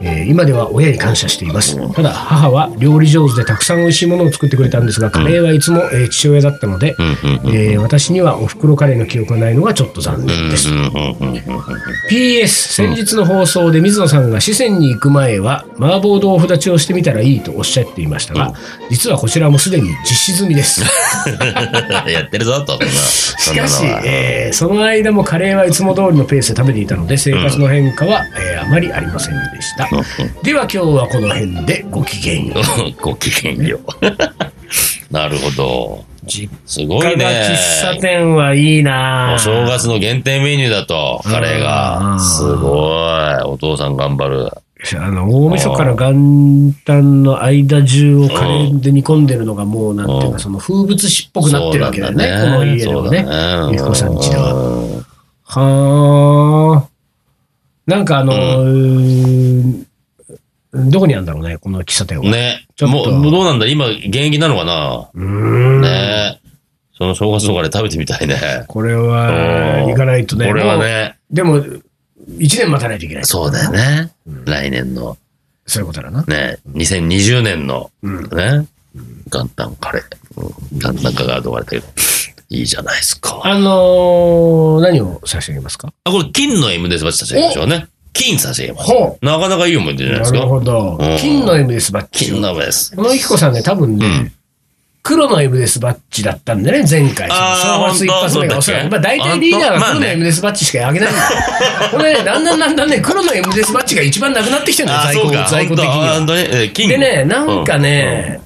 Speaker 1: えー今では親に感謝していますただ母は料理上手でたくさん美味しいものを作ってくれたんですがカレーはいつも、えー父親だったので、
Speaker 2: うんうん
Speaker 1: えー私にはおふくろカレーの記憶がないのがちょっと残念です、
Speaker 2: うんうんうんうん
Speaker 1: PS 先日の放送で水野さんが四川に行く前は麻婆豆腐立ちをしてみたらいいとおっしゃっていましたが、実はこちらもすでに実施済みです
Speaker 2: やってるぞと。
Speaker 1: し
Speaker 2: し
Speaker 1: かし、えーその間もカレーはいつも通りのペースで食べていたので生活の変化は、えーあまりありませんでした、では今日はこの辺でごきげんよう
Speaker 2: ご機嫌よう。なるほど。すごいね。
Speaker 1: 喫茶店はいいな
Speaker 2: お正月の限定メニューだと、カレー
Speaker 1: う
Speaker 2: が。
Speaker 1: ん
Speaker 2: すごい。お父さん頑張る。
Speaker 1: あの大晦日から元旦の間中をカレーで煮込んでるのがもうなんていう
Speaker 2: うん
Speaker 1: かその風物詩っぽくなってるわけだよね
Speaker 2: そう
Speaker 1: こ
Speaker 2: なんだ
Speaker 1: の家では
Speaker 2: そうだ
Speaker 1: ね
Speaker 2: ね
Speaker 1: ゆきこさんちでは。
Speaker 2: うん
Speaker 1: はあ。なんかあのーどこにあるんだろうねこの喫茶店は。
Speaker 2: ね。
Speaker 1: ちょっ
Speaker 2: も
Speaker 1: と
Speaker 2: う、どうなんだ今、現役なのかな
Speaker 1: うーん
Speaker 2: ねその正月のカレー食べてみたいね。
Speaker 1: これは
Speaker 2: うん
Speaker 1: 行かないとね。
Speaker 2: これは
Speaker 1: もう。
Speaker 2: ね、
Speaker 1: でも、1年待たないといけない。
Speaker 2: そうだよね。来年の、
Speaker 1: そういうことだな。
Speaker 2: ね、2020年の、
Speaker 1: うん。
Speaker 2: ね、元旦カレー。うん元旦カレーがどうれたけど、いいじゃないですか。
Speaker 1: あのー、何を差し上げますか
Speaker 2: あ、これ、金の M です。差し上げましょうね。金差し上げまし
Speaker 1: ほ
Speaker 2: ょう。なかなかいい思い出じゃないで
Speaker 1: な
Speaker 2: す
Speaker 1: る
Speaker 2: か。
Speaker 1: ほど
Speaker 2: うん。
Speaker 1: 金の M です、バッジ。
Speaker 2: 金の M です。
Speaker 1: このゆきこさんね、多分ね、
Speaker 2: うん
Speaker 1: 黒の M ですバッジだったんだね、前回。
Speaker 2: あー
Speaker 1: その正月一発目が。
Speaker 2: 本当
Speaker 1: おそら
Speaker 2: そうだっけ
Speaker 1: く。まあ大体リーダーが
Speaker 2: 本当
Speaker 1: 黒
Speaker 2: ま
Speaker 1: の
Speaker 2: あね
Speaker 1: M ですバッジしかあげないん だよ。これね、だんだんだんだんね、黒の M ですバッジが一番なくなってきてるんだよ、
Speaker 2: あー、
Speaker 1: 在
Speaker 2: そ
Speaker 1: 庫
Speaker 2: うか。
Speaker 1: 在庫的に
Speaker 2: あ
Speaker 1: は
Speaker 2: 本。当に。えー金
Speaker 1: でね、なんかね、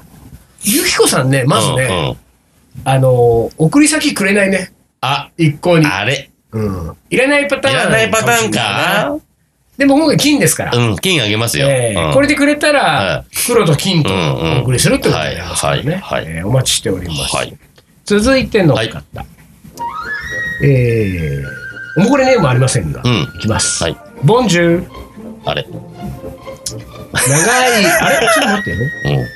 Speaker 1: ゆきこさんね、
Speaker 2: うん、
Speaker 1: まずね、
Speaker 2: うんうん
Speaker 1: あの、送り先くれないね。
Speaker 2: あ、
Speaker 1: 一向に。
Speaker 2: あれ。
Speaker 1: うん。いらないパターン。
Speaker 2: いらないパターンか。
Speaker 1: でも今回金ですから。
Speaker 2: うん、金あげますよ。
Speaker 1: えー
Speaker 2: うん
Speaker 1: これでくれた
Speaker 2: は
Speaker 1: ら
Speaker 2: い、
Speaker 1: 黒と金と
Speaker 2: うんうん
Speaker 1: お送りするってことになりますからね。
Speaker 2: はいはい
Speaker 1: えーお待ちしております。
Speaker 2: はい。
Speaker 1: 続いての方。
Speaker 2: はい
Speaker 1: えーおもこれネームありませんが、
Speaker 2: うん
Speaker 1: いきます。
Speaker 2: はい
Speaker 1: ボンジュー。
Speaker 2: あれ。
Speaker 1: 長い、あれちょっと待ってよね。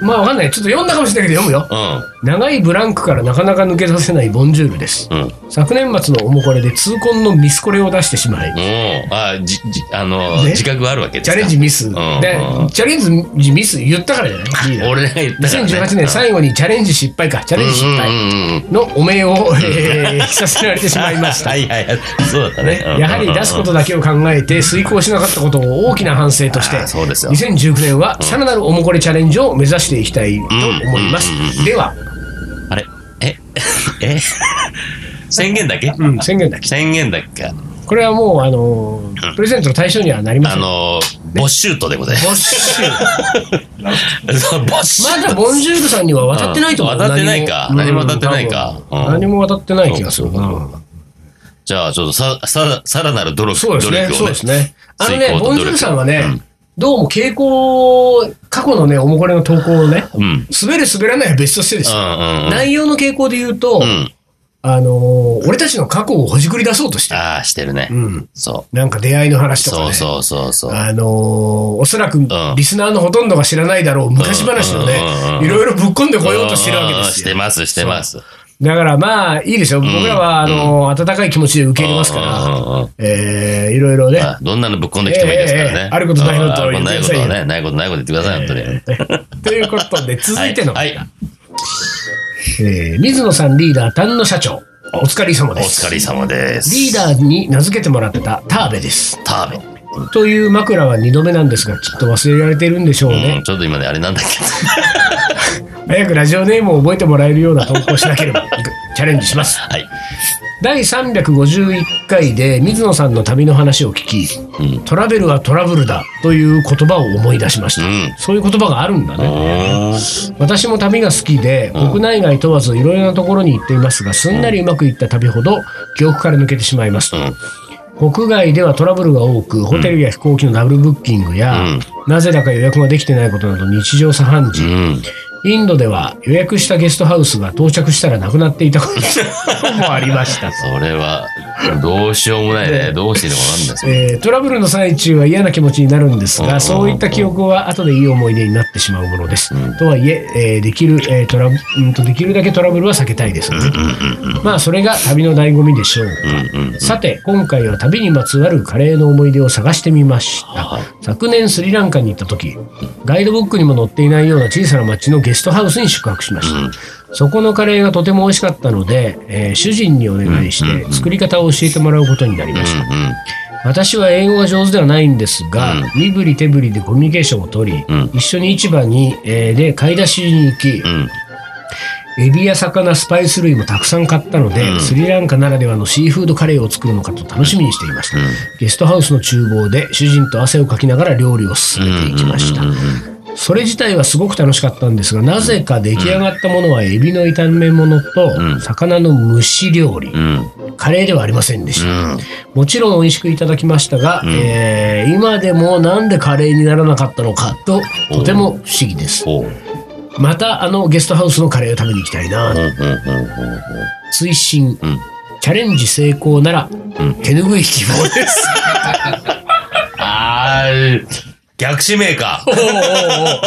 Speaker 2: うん。うん。
Speaker 1: まあわかんない。ちょっと読んだかもしれないけど読むよ。長いブランクからなかなか抜け出せないボンジュールです。
Speaker 2: うん。
Speaker 1: 昨年末のおもこれで痛恨のミスコレを出してしまい、
Speaker 2: うん。あ、じ、じ、あの、
Speaker 1: ね
Speaker 2: 自覚があるわけで
Speaker 1: チ
Speaker 2: す
Speaker 1: ャ
Speaker 2: か
Speaker 1: レンジミス。で
Speaker 2: うん、
Speaker 1: チャレンジミス言ったからじゃないリーダー
Speaker 2: 俺が言ったから、ね。
Speaker 1: 2018年最後にチャレンジ失敗か、チャレンジ失敗
Speaker 2: うんうんうんうん
Speaker 1: のお名を、えー、着させられてしまいました。
Speaker 2: はいはいはい。そうだったね
Speaker 1: ね。やはり出すこと
Speaker 2: だ。
Speaker 1: だけを考えて遂行しなかったことを大きな反省として
Speaker 2: あーそうですよ
Speaker 1: 2019年はさらなるおもこれチャレンジを目指していきたいと思います
Speaker 2: うんうんうん
Speaker 1: では、
Speaker 2: あれえ え宣言だっけ
Speaker 1: うん、宣言だけ
Speaker 2: 宣言だっけあ
Speaker 1: これはもうあのープレゼントの対象にはなりません
Speaker 2: のー、ボッシュートでございま
Speaker 1: ボッシュ
Speaker 2: す。そうボッシュ
Speaker 1: ま
Speaker 2: ート。
Speaker 1: だボンジュールさんには渡ってないと思う
Speaker 2: うん渡ってないか何も渡ってないか
Speaker 1: うん多分
Speaker 2: うん
Speaker 1: 何も渡ってない気がするな
Speaker 2: じゃあ、ちょっとさ、さ、さらなる努力、
Speaker 1: そうですね。
Speaker 2: 努力をね。
Speaker 1: そうですね。あの
Speaker 2: 遂
Speaker 1: ね、
Speaker 2: 行と努力
Speaker 1: ボンジュールさんはね、
Speaker 2: うん
Speaker 1: どうも傾向、過去のね、おもこれの投稿をね、
Speaker 2: うん。うん
Speaker 1: 滑る滑らないは別としてですよ。
Speaker 2: うんうん。
Speaker 1: 内容の傾向で言うと、
Speaker 2: うん。
Speaker 1: あのー俺たちの過去をほじくり出そうとしてる。
Speaker 2: ああ、してるね。
Speaker 1: うん。
Speaker 2: そ
Speaker 1: なんか出会いの
Speaker 2: う。
Speaker 1: 話とか
Speaker 2: そ
Speaker 1: ね。
Speaker 2: うそうそうそう。
Speaker 1: あのーおそらくリスナーのほとんどが知らないだろう昔話をね
Speaker 2: うんうんうんう、ん
Speaker 1: いろいろぶっ込んでこようとしてるわけで
Speaker 2: うん
Speaker 1: す
Speaker 2: し
Speaker 1: よ
Speaker 2: て。ます、してます。
Speaker 1: だからまあいいですよ。僕らは、あのー温かい気持ちで受け入れますから、
Speaker 2: うんうんうん
Speaker 1: えー、いろいろね、
Speaker 2: あどんなのぶっこんできてもいいですか
Speaker 1: え
Speaker 2: ら
Speaker 1: ええ
Speaker 2: ね
Speaker 1: え。あることないことを
Speaker 2: うんあることないこと
Speaker 1: 言ってください
Speaker 2: ね。ないことないこと言ってください、本当に。
Speaker 1: えー ということで、続いての、
Speaker 2: はい。はい
Speaker 1: えー水野さんリーダー、丹野社長、お疲れ様
Speaker 2: お
Speaker 1: です。
Speaker 2: 疲れ様です。
Speaker 1: リーダーに名付けてもらったターベです。
Speaker 2: ターベ。
Speaker 1: という枕は2度目なんですが、きっと忘れられてるんでしょう
Speaker 2: うん、
Speaker 1: ね。
Speaker 2: ちょっと今ね、あれなんだっけ。
Speaker 1: 早くラジオネームを覚えてもらえるような投稿をしなけ れば、チャレンジします。
Speaker 2: はい。
Speaker 1: 第351回で水野さんの旅の話を聞き、
Speaker 2: うん
Speaker 1: トラベルはトラブルだという言葉を思い出しました。
Speaker 2: うん
Speaker 1: そういう言葉があるんだね。
Speaker 2: おー
Speaker 1: 私も旅が好きで、
Speaker 2: うん
Speaker 1: 国内外問わずいろいろなところに行っていますが、すんなりうまくいった旅ほど記憶から抜けてしまいますと。国外ではトラブルが多く、ホテルや飛行機のダブルブッキングや、
Speaker 2: うん
Speaker 1: なぜだか予約ができてないことなど日常茶飯
Speaker 2: う
Speaker 1: 事。
Speaker 2: ん。うん。
Speaker 1: インドでは予約したゲストハウスが到着したらなくなっていたこともありました。
Speaker 2: それは、どうしようもないね。どうしていいのかわかんないです
Speaker 1: えートラブルの最中は嫌な気持ちになるんです
Speaker 2: うんうんう
Speaker 1: が、
Speaker 2: ん
Speaker 1: そういった記憶は後でいい思い出になってしまうものです。とはいええーできる、えートラブうんとできるだけトラブルは避けたいですよね。まあそれが旅の醍醐味でしょうか。
Speaker 2: うんうん。
Speaker 1: さて今回は旅にまつわるカレーの思い出を探してみました
Speaker 2: はい
Speaker 1: 昨年スリランカに行った時ガイドブックにも載っていないような小さな町のゲストハウスに宿泊しました、そこのカレーがとても美味しかったので、えー主人にお願いして作り方を教えてもらうことになりました、私は英語が上手ではないんですが、
Speaker 2: うん
Speaker 1: 身振り手振りでコミュニケーションを取り、
Speaker 2: うん
Speaker 1: 一緒に市場に、えーで買い出しに行き、
Speaker 2: うん。うん。
Speaker 1: エビや魚スパイス類もたくさん買ったので、
Speaker 2: うん
Speaker 1: スリランカならではのシーフードカレーを作るのかと楽しみにしていました、ゲストハウスの厨房で主人と汗をかきながら料理を進めていきました、それ自体はすごく楽しかったんですがなぜか出来上がったものはエビの炒め物と
Speaker 2: ん
Speaker 1: 魚の蒸し料理、
Speaker 2: うん。
Speaker 1: カレーではありませんでした、
Speaker 2: うん。
Speaker 1: もちろん美味しくいただきましたが、えー今でもなんでカレーにならなかったのかととても不思議です
Speaker 2: おう。
Speaker 1: またあのゲストハウスのカレーを食べに行きたいな
Speaker 2: うんうんうんうん。
Speaker 1: 推進、
Speaker 2: ん
Speaker 1: チャレンジ成功なら、手拭い希望です。
Speaker 2: あー、逆指名 か。
Speaker 1: おうおうおう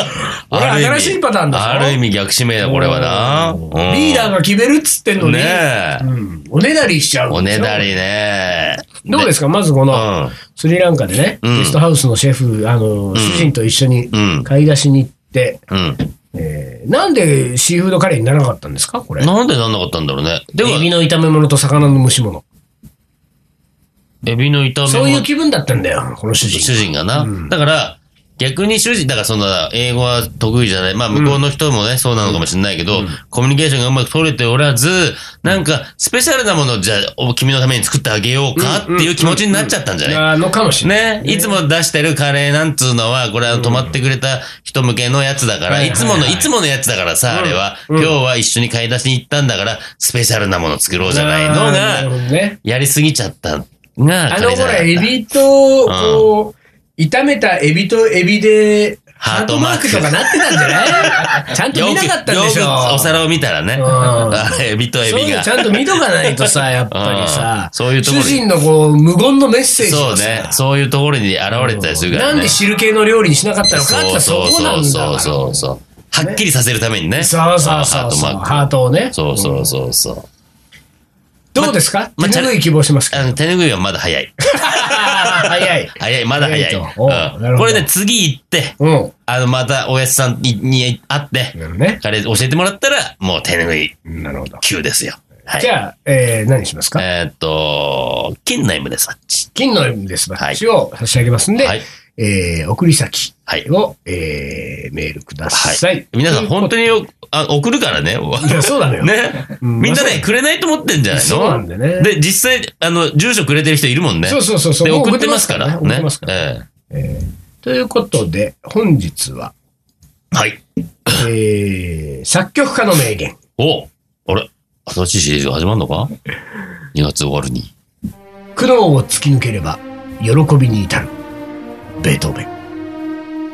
Speaker 2: ある意味
Speaker 1: 新しいパターンだぞ
Speaker 2: ある意味逆指名だ、これはな。うん
Speaker 1: リーダーが決めるっつってんのに、
Speaker 2: ねえ。
Speaker 1: うんおねだりしちゃう。
Speaker 2: おねだ。りね。
Speaker 1: どうですすかまずこ
Speaker 2: う
Speaker 1: の、
Speaker 2: ん。
Speaker 1: スリランカでね、
Speaker 2: うん
Speaker 1: ゲストハウスのシェフ、あの、主人と一緒に
Speaker 2: うん
Speaker 1: 買い出しに行って、
Speaker 2: うん。
Speaker 1: えーなんでシーフードカレーにならなかったんですかこれ。
Speaker 2: なんでなんなかったんだろうね。でも
Speaker 1: エ、ビの炒め物と魚の蒸し物。
Speaker 2: エビの炒め
Speaker 1: そういう
Speaker 2: 物
Speaker 1: 気分だったんだよ、この主人。
Speaker 2: 主人がな。だから、逆に主人、だからそんな、英語は得意じゃない。まあ、向こうの人もね、そうなのかもしれないけど、コミュニケーションがうまく取れておらず、なんか、スペシャルなものをじゃあ、お君のために作ってあげようかっていう気持ちになっちゃったんじゃない
Speaker 1: あのかもしれない。
Speaker 2: ね、いつも出してるカレーなんつうのは、これは泊まってくれた人向けのやつだか
Speaker 1: は
Speaker 2: ら、
Speaker 1: いはい
Speaker 2: い
Speaker 1: はい
Speaker 2: つもの、いつものやつだからさ、あれは、今日は一緒に買い出しに行ったんだから、スペシャルなもの作ろうじゃないの
Speaker 1: あーなるほ
Speaker 2: が、
Speaker 1: どね。
Speaker 2: やりすぎちゃったが、あ
Speaker 1: あのほら、エビと、こう、炒めたエビとエビで、ハ
Speaker 2: ハ
Speaker 1: ー
Speaker 2: ー
Speaker 1: ト
Speaker 2: ト
Speaker 1: マ
Speaker 2: マ
Speaker 1: ー
Speaker 2: ー
Speaker 1: ク
Speaker 2: ク
Speaker 1: とかなってたんじゃ ないちゃんと見なかったんでしょ
Speaker 2: よくお皿を見たらね、
Speaker 1: ん
Speaker 2: あ エビとエ
Speaker 1: そう
Speaker 2: ビ
Speaker 1: いう
Speaker 2: が。
Speaker 1: のちゃんと見とかないとさ、やっぱりさ、
Speaker 2: うんそういうとこ
Speaker 1: 主
Speaker 2: ろに
Speaker 1: 人のこう、無言のメッセージ
Speaker 2: そう
Speaker 1: がさ
Speaker 2: ね、そういうところに現れてたりするから
Speaker 1: なん
Speaker 2: ね
Speaker 1: で。汁系の料理にしなかったのかって言った
Speaker 2: そ
Speaker 1: ら
Speaker 2: う
Speaker 1: そこ
Speaker 2: そ
Speaker 1: な
Speaker 2: うん
Speaker 1: だか
Speaker 2: そう
Speaker 1: ら。
Speaker 2: そうそう。はっきりさせるためにね。
Speaker 1: そうそうそうそう
Speaker 2: あ
Speaker 1: ハートをね
Speaker 2: そうそうそうそう。
Speaker 1: どうですか手
Speaker 2: まあ
Speaker 1: 拭い希望しますか
Speaker 2: あの、手拭いはまだ早い。
Speaker 1: 早い。
Speaker 2: 早い、まだ早い。
Speaker 1: 早いとおうなる
Speaker 2: う
Speaker 1: ほど
Speaker 2: ん、これね、次行って、
Speaker 1: うん。
Speaker 2: あの、また、おやつさんにに会って、
Speaker 1: なるね。
Speaker 2: 彼教えてもらったら、もう手拭い
Speaker 1: なるほど。
Speaker 2: 級ですよ。はい。
Speaker 1: じゃあ、えー何しますか
Speaker 2: えーっと、金内ムです、あっち。
Speaker 1: 金のですバッジを差し上げますんで、
Speaker 2: はい
Speaker 1: えー送り先
Speaker 2: はい
Speaker 1: を、えーメールくださ。
Speaker 2: はいい。皆さん、本当によ、あ送るからね。
Speaker 1: いや、そうなのよ。
Speaker 2: ね。
Speaker 1: うん
Speaker 2: みんな
Speaker 1: まあそ
Speaker 2: ね、くれないと思ってんじゃないの
Speaker 1: そうなんだよね
Speaker 2: で、実際、あの、住所くれてる人いるもんね。
Speaker 1: そうそうそうそう
Speaker 2: で、
Speaker 1: もう
Speaker 2: 送ってますから。
Speaker 1: 送っ
Speaker 2: ね
Speaker 1: てますから。
Speaker 2: え
Speaker 1: ということで、本日は、
Speaker 2: えはい。
Speaker 1: えー作曲家の名言。
Speaker 2: おあれ新しいシリーズが始まるのか ?2 月終わるに。
Speaker 1: 苦悩を突き抜ければ、喜びに至る。ベートーベン。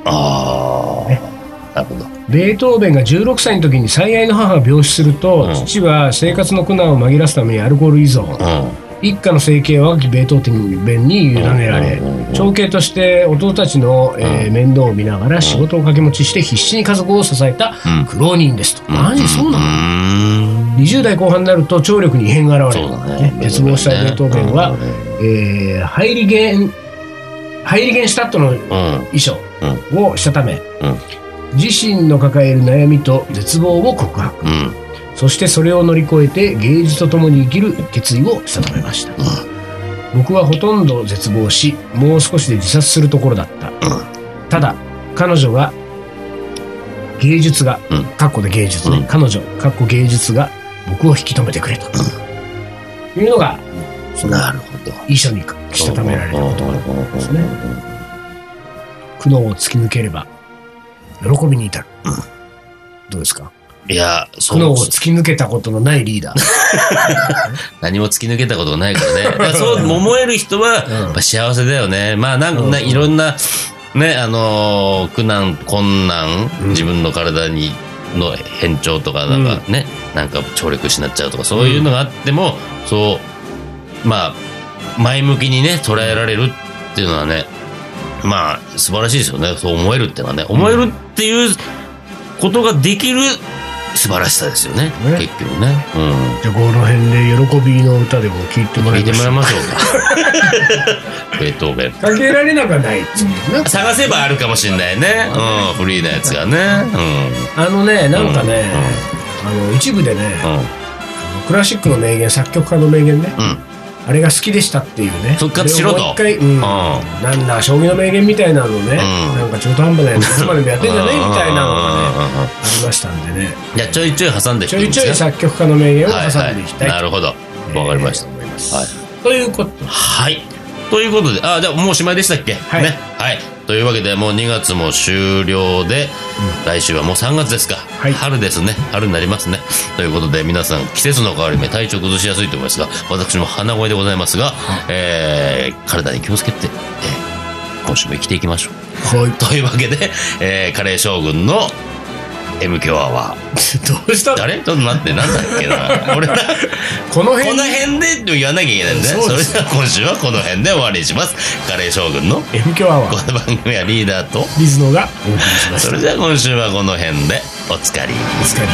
Speaker 2: ああ、なるほど。
Speaker 1: ベートーベンが16歳の時に最愛の母が病死すると、
Speaker 2: うん
Speaker 1: 父は生活の苦難を紛らわすためにアルコール依存、
Speaker 2: う
Speaker 1: 一家の生計は若きベートーベンに委ねられ
Speaker 2: うんうんうんうん
Speaker 1: 長兄として弟たちの、えー面倒を見ながら仕事を掛け持ちして必死に家族を支えた
Speaker 2: うん
Speaker 1: 苦労人ですと、
Speaker 2: ん。
Speaker 1: マジそうなの、
Speaker 2: の
Speaker 1: 20代後半になると聴力に異変が現れ
Speaker 2: そう
Speaker 1: る、
Speaker 2: だね。
Speaker 1: 絶望したベートーベンは、えー、ハイリゲンハイリゲンシュタットの
Speaker 2: うん。
Speaker 1: 遺書をしたため、
Speaker 2: ん
Speaker 1: 自身の抱える悩みと絶望を告白
Speaker 2: うん。
Speaker 1: そしてそれを乗り越えて芸術とともに生きる決意をしたためました、僕はほとんど絶望しもう少しで自殺するところだった、ただ彼女が芸術が、
Speaker 2: うん
Speaker 1: かっこで芸術ね、
Speaker 2: うん
Speaker 1: 彼女かっこ芸術が僕を引き止めてくれた、いうのが
Speaker 2: うん。なるほど。
Speaker 1: 遺書にしたためられた言葉
Speaker 2: なんです
Speaker 1: ね苦悩を突き抜ければ喜びに至る、どうですか
Speaker 2: いや、そ
Speaker 1: 苦
Speaker 2: う
Speaker 1: 悩を突き抜けたことのないリーダー
Speaker 2: 何も突き抜けたことがない からね。だからそう思える人は、
Speaker 1: うん
Speaker 2: やっぱ幸せだよね。まあ、なんか
Speaker 1: うん
Speaker 2: ね、いろんな、ね、あのー苦難、困難
Speaker 1: う、ん
Speaker 2: 自分の体に、の変調とか、なんかね、なんか聴力失っちゃうとか、そういうのがあっても、そう、まあ、前向きにね、捉えられるっていうのはね、まあ、素晴らしいですよね。そう思えるっていうのはね。思えるっていうことができる素晴らしさですよね。
Speaker 1: ね
Speaker 2: 結局ね。うん。
Speaker 1: じゃあこの辺で喜びの歌でも聞いてもら
Speaker 2: 聞
Speaker 1: い
Speaker 2: いて
Speaker 1: ま
Speaker 2: も
Speaker 1: し
Speaker 2: ら
Speaker 1: ょ
Speaker 2: いうましょうか。ベートーベン。
Speaker 1: かけられなくはないですけどね
Speaker 2: 探せばあるかもしれないね。うん、フリーなやつがね。
Speaker 1: あのね
Speaker 2: うん。
Speaker 1: なんかね、あの一部でね、
Speaker 2: うん。うん。
Speaker 1: クラシックの名言作曲家の名言ね
Speaker 2: うん。
Speaker 1: あれが好きでしたっていうね
Speaker 2: 復活しろと
Speaker 1: あれをもう一回、うん、なんだ将棋の名言みたいなのね、なんか中途半端なやついつまでもやってんじゃねえみたいなのがね
Speaker 2: のね。
Speaker 1: ありましたんでね
Speaker 2: じゃあちょいちょい挟んでき
Speaker 1: ち
Speaker 2: て
Speaker 1: ょ
Speaker 2: いい
Speaker 1: い
Speaker 2: ん
Speaker 1: ち
Speaker 2: で
Speaker 1: ょ
Speaker 2: す
Speaker 1: い
Speaker 2: か
Speaker 1: 作曲家の名言を
Speaker 2: はいは
Speaker 1: 挟んでいきた
Speaker 2: い。
Speaker 1: い
Speaker 2: なるほど。わかりました
Speaker 1: えー。思います
Speaker 2: はい
Speaker 1: ということ
Speaker 2: はい。ということで、あ、じゃあもうおしまいでしたっけ
Speaker 1: はい
Speaker 2: ね。はい。というわけで、もう2月も終了で、来週はもう3月ですか。
Speaker 1: い
Speaker 2: 春ですね。春になりますね。ということで、皆さん、季節の変わり目、体調崩しやすいと思いますが、私も鼻声でございますが、えー、体に気をつけて、えー今週も生きていきましょう。
Speaker 1: はい
Speaker 2: というわけで、えー、カレー将軍の M 強アワー。
Speaker 1: どうしたの
Speaker 2: 誰ちょっと待って、なんだっけな。俺ら、
Speaker 1: この辺
Speaker 2: こ
Speaker 1: に
Speaker 2: の辺でって言わなきゃいけないんでね。
Speaker 1: そう
Speaker 2: そ
Speaker 1: で
Speaker 2: れ
Speaker 1: す
Speaker 2: では今週はこの辺で終わりにします。カレー将軍の
Speaker 1: M 響アワ
Speaker 2: こ
Speaker 1: ー
Speaker 2: の番組はリーダーと、
Speaker 1: 水野がお送りしまし
Speaker 2: そ
Speaker 1: た
Speaker 2: れでは今週はこの辺でおつかり。
Speaker 1: お疲れ